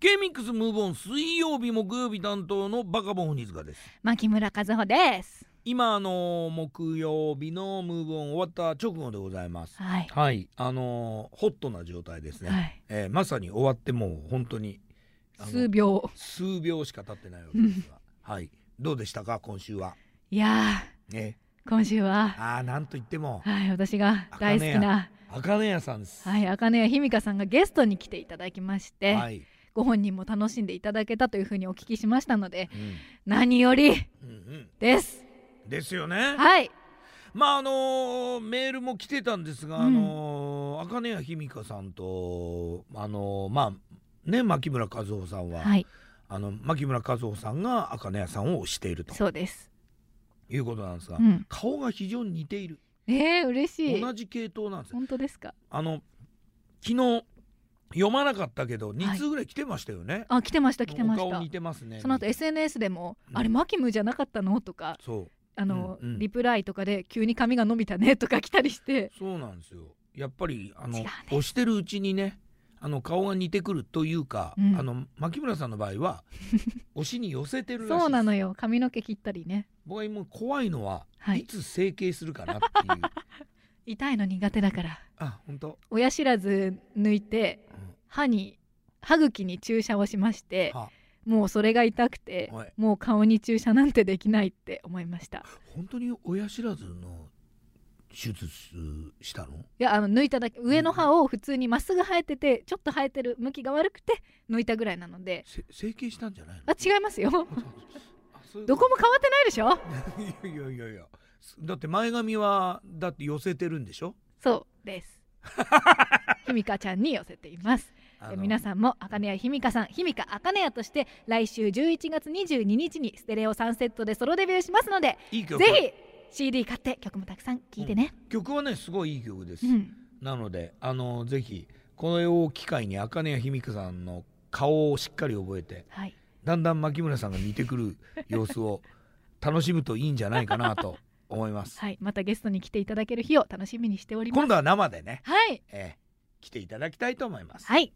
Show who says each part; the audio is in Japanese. Speaker 1: K ミックスムーブオン水曜日木曜日担当のバカボン鬼塚です
Speaker 2: 牧村和穂です。
Speaker 1: 今あの木曜日のムーブオン終わった直後でございます
Speaker 2: はい。
Speaker 1: はいあのホットな状態ですね、
Speaker 2: はい。
Speaker 1: えーまさに終わってもう本当にあの
Speaker 2: 数秒。
Speaker 1: 数秒しか経ってないわけですがはいどうでしたか今週はい
Speaker 2: や
Speaker 1: ね
Speaker 2: ー、今週は、
Speaker 1: ああなんといっても
Speaker 2: はい、私が大好きな、
Speaker 1: 茜屋さんです
Speaker 2: はい、茜谷ひみかさんがゲストに来ていただきまして、
Speaker 1: はい
Speaker 2: ご本人も楽しんでいただけたというふうにお聞きしましたので、
Speaker 1: うん
Speaker 2: 何より
Speaker 1: うん
Speaker 2: です。
Speaker 1: うんですよね
Speaker 2: はい。
Speaker 1: まああのーメールも来てたんですが、
Speaker 2: うん
Speaker 1: あのー茜谷ひみかさんとあのーまあね牧村和夫さんは、
Speaker 2: はい、
Speaker 1: あの牧村和夫さんが茜谷さんを推していると
Speaker 2: そうです。
Speaker 1: いうことなんですが、
Speaker 2: うん。
Speaker 1: 顔が非常に似ている
Speaker 2: えー、嬉しい
Speaker 1: 同。じ系統なんですよ
Speaker 2: 本当ですか。
Speaker 1: あの昨日読まなかったけど
Speaker 2: い
Speaker 1: 2通ぐらい来てましたよね、
Speaker 2: あ、来てました、来てま
Speaker 1: お
Speaker 2: し
Speaker 1: 顔
Speaker 2: た
Speaker 1: 似。てますね
Speaker 2: その後 SNS でも、
Speaker 1: うん
Speaker 2: あれマキムじゃなかったのとか
Speaker 1: そう
Speaker 2: あの、
Speaker 1: うんうん
Speaker 2: リプライとかで急に髪が伸びたねとか来たりして
Speaker 1: そうなんですよやっぱりあの、
Speaker 2: 違うね
Speaker 1: 押してるうちにねあの顔が似てくるというか、
Speaker 2: うん
Speaker 1: あの牧村さんの場合 は押しに寄せてるらしいです
Speaker 2: そうなのよ髪の毛切ったりね
Speaker 1: 僕は今怖いのは、、
Speaker 2: はいい
Speaker 1: つ整形するかなっていう
Speaker 2: 痛いの苦手だから
Speaker 1: あ本当、
Speaker 2: 親知らず抜いて
Speaker 1: うん
Speaker 2: 歯に歯茎に注射をしまして
Speaker 1: は
Speaker 2: もうそれが痛くて
Speaker 1: はい
Speaker 2: もう顔に注射なんてできないって思いました
Speaker 1: 本当に親知らずの手術したの
Speaker 2: いやあの抜いただけ上の歯を普通にまっすぐ生えててちょっと生えてる向きが悪くて抜いたぐらいなので
Speaker 1: せ整形したんじゃないの
Speaker 2: あ違いますよ
Speaker 1: あそうあそういう
Speaker 2: どこも変わってないでしょ
Speaker 1: いやいやいやいやだって前髪はだって寄せてるんでしょ
Speaker 2: そうです。ひみかちゃんに寄せています。え皆
Speaker 1: ん
Speaker 2: さんもあかねやひみかさん、ひみかあかねやとして来週11月22日にステレオ3セットでソロデビューしますので、
Speaker 1: いい曲
Speaker 2: ぜひ CD 買って曲もたくさん聴いてね。
Speaker 1: 曲はねすごいいい曲です、
Speaker 2: うん、
Speaker 1: なのであのぜひこれを機会に茜谷ひみかさんの顔をしっかり覚えて
Speaker 2: はい。
Speaker 1: だんだん牧村さんが似てくる様子を楽しむといいんじゃないかなと思います、
Speaker 2: はい。またゲストに来ていただける日を楽しみにしております。
Speaker 1: 今度は生でね、
Speaker 2: はい。
Speaker 1: えー来ていただきたいと思います
Speaker 2: はい。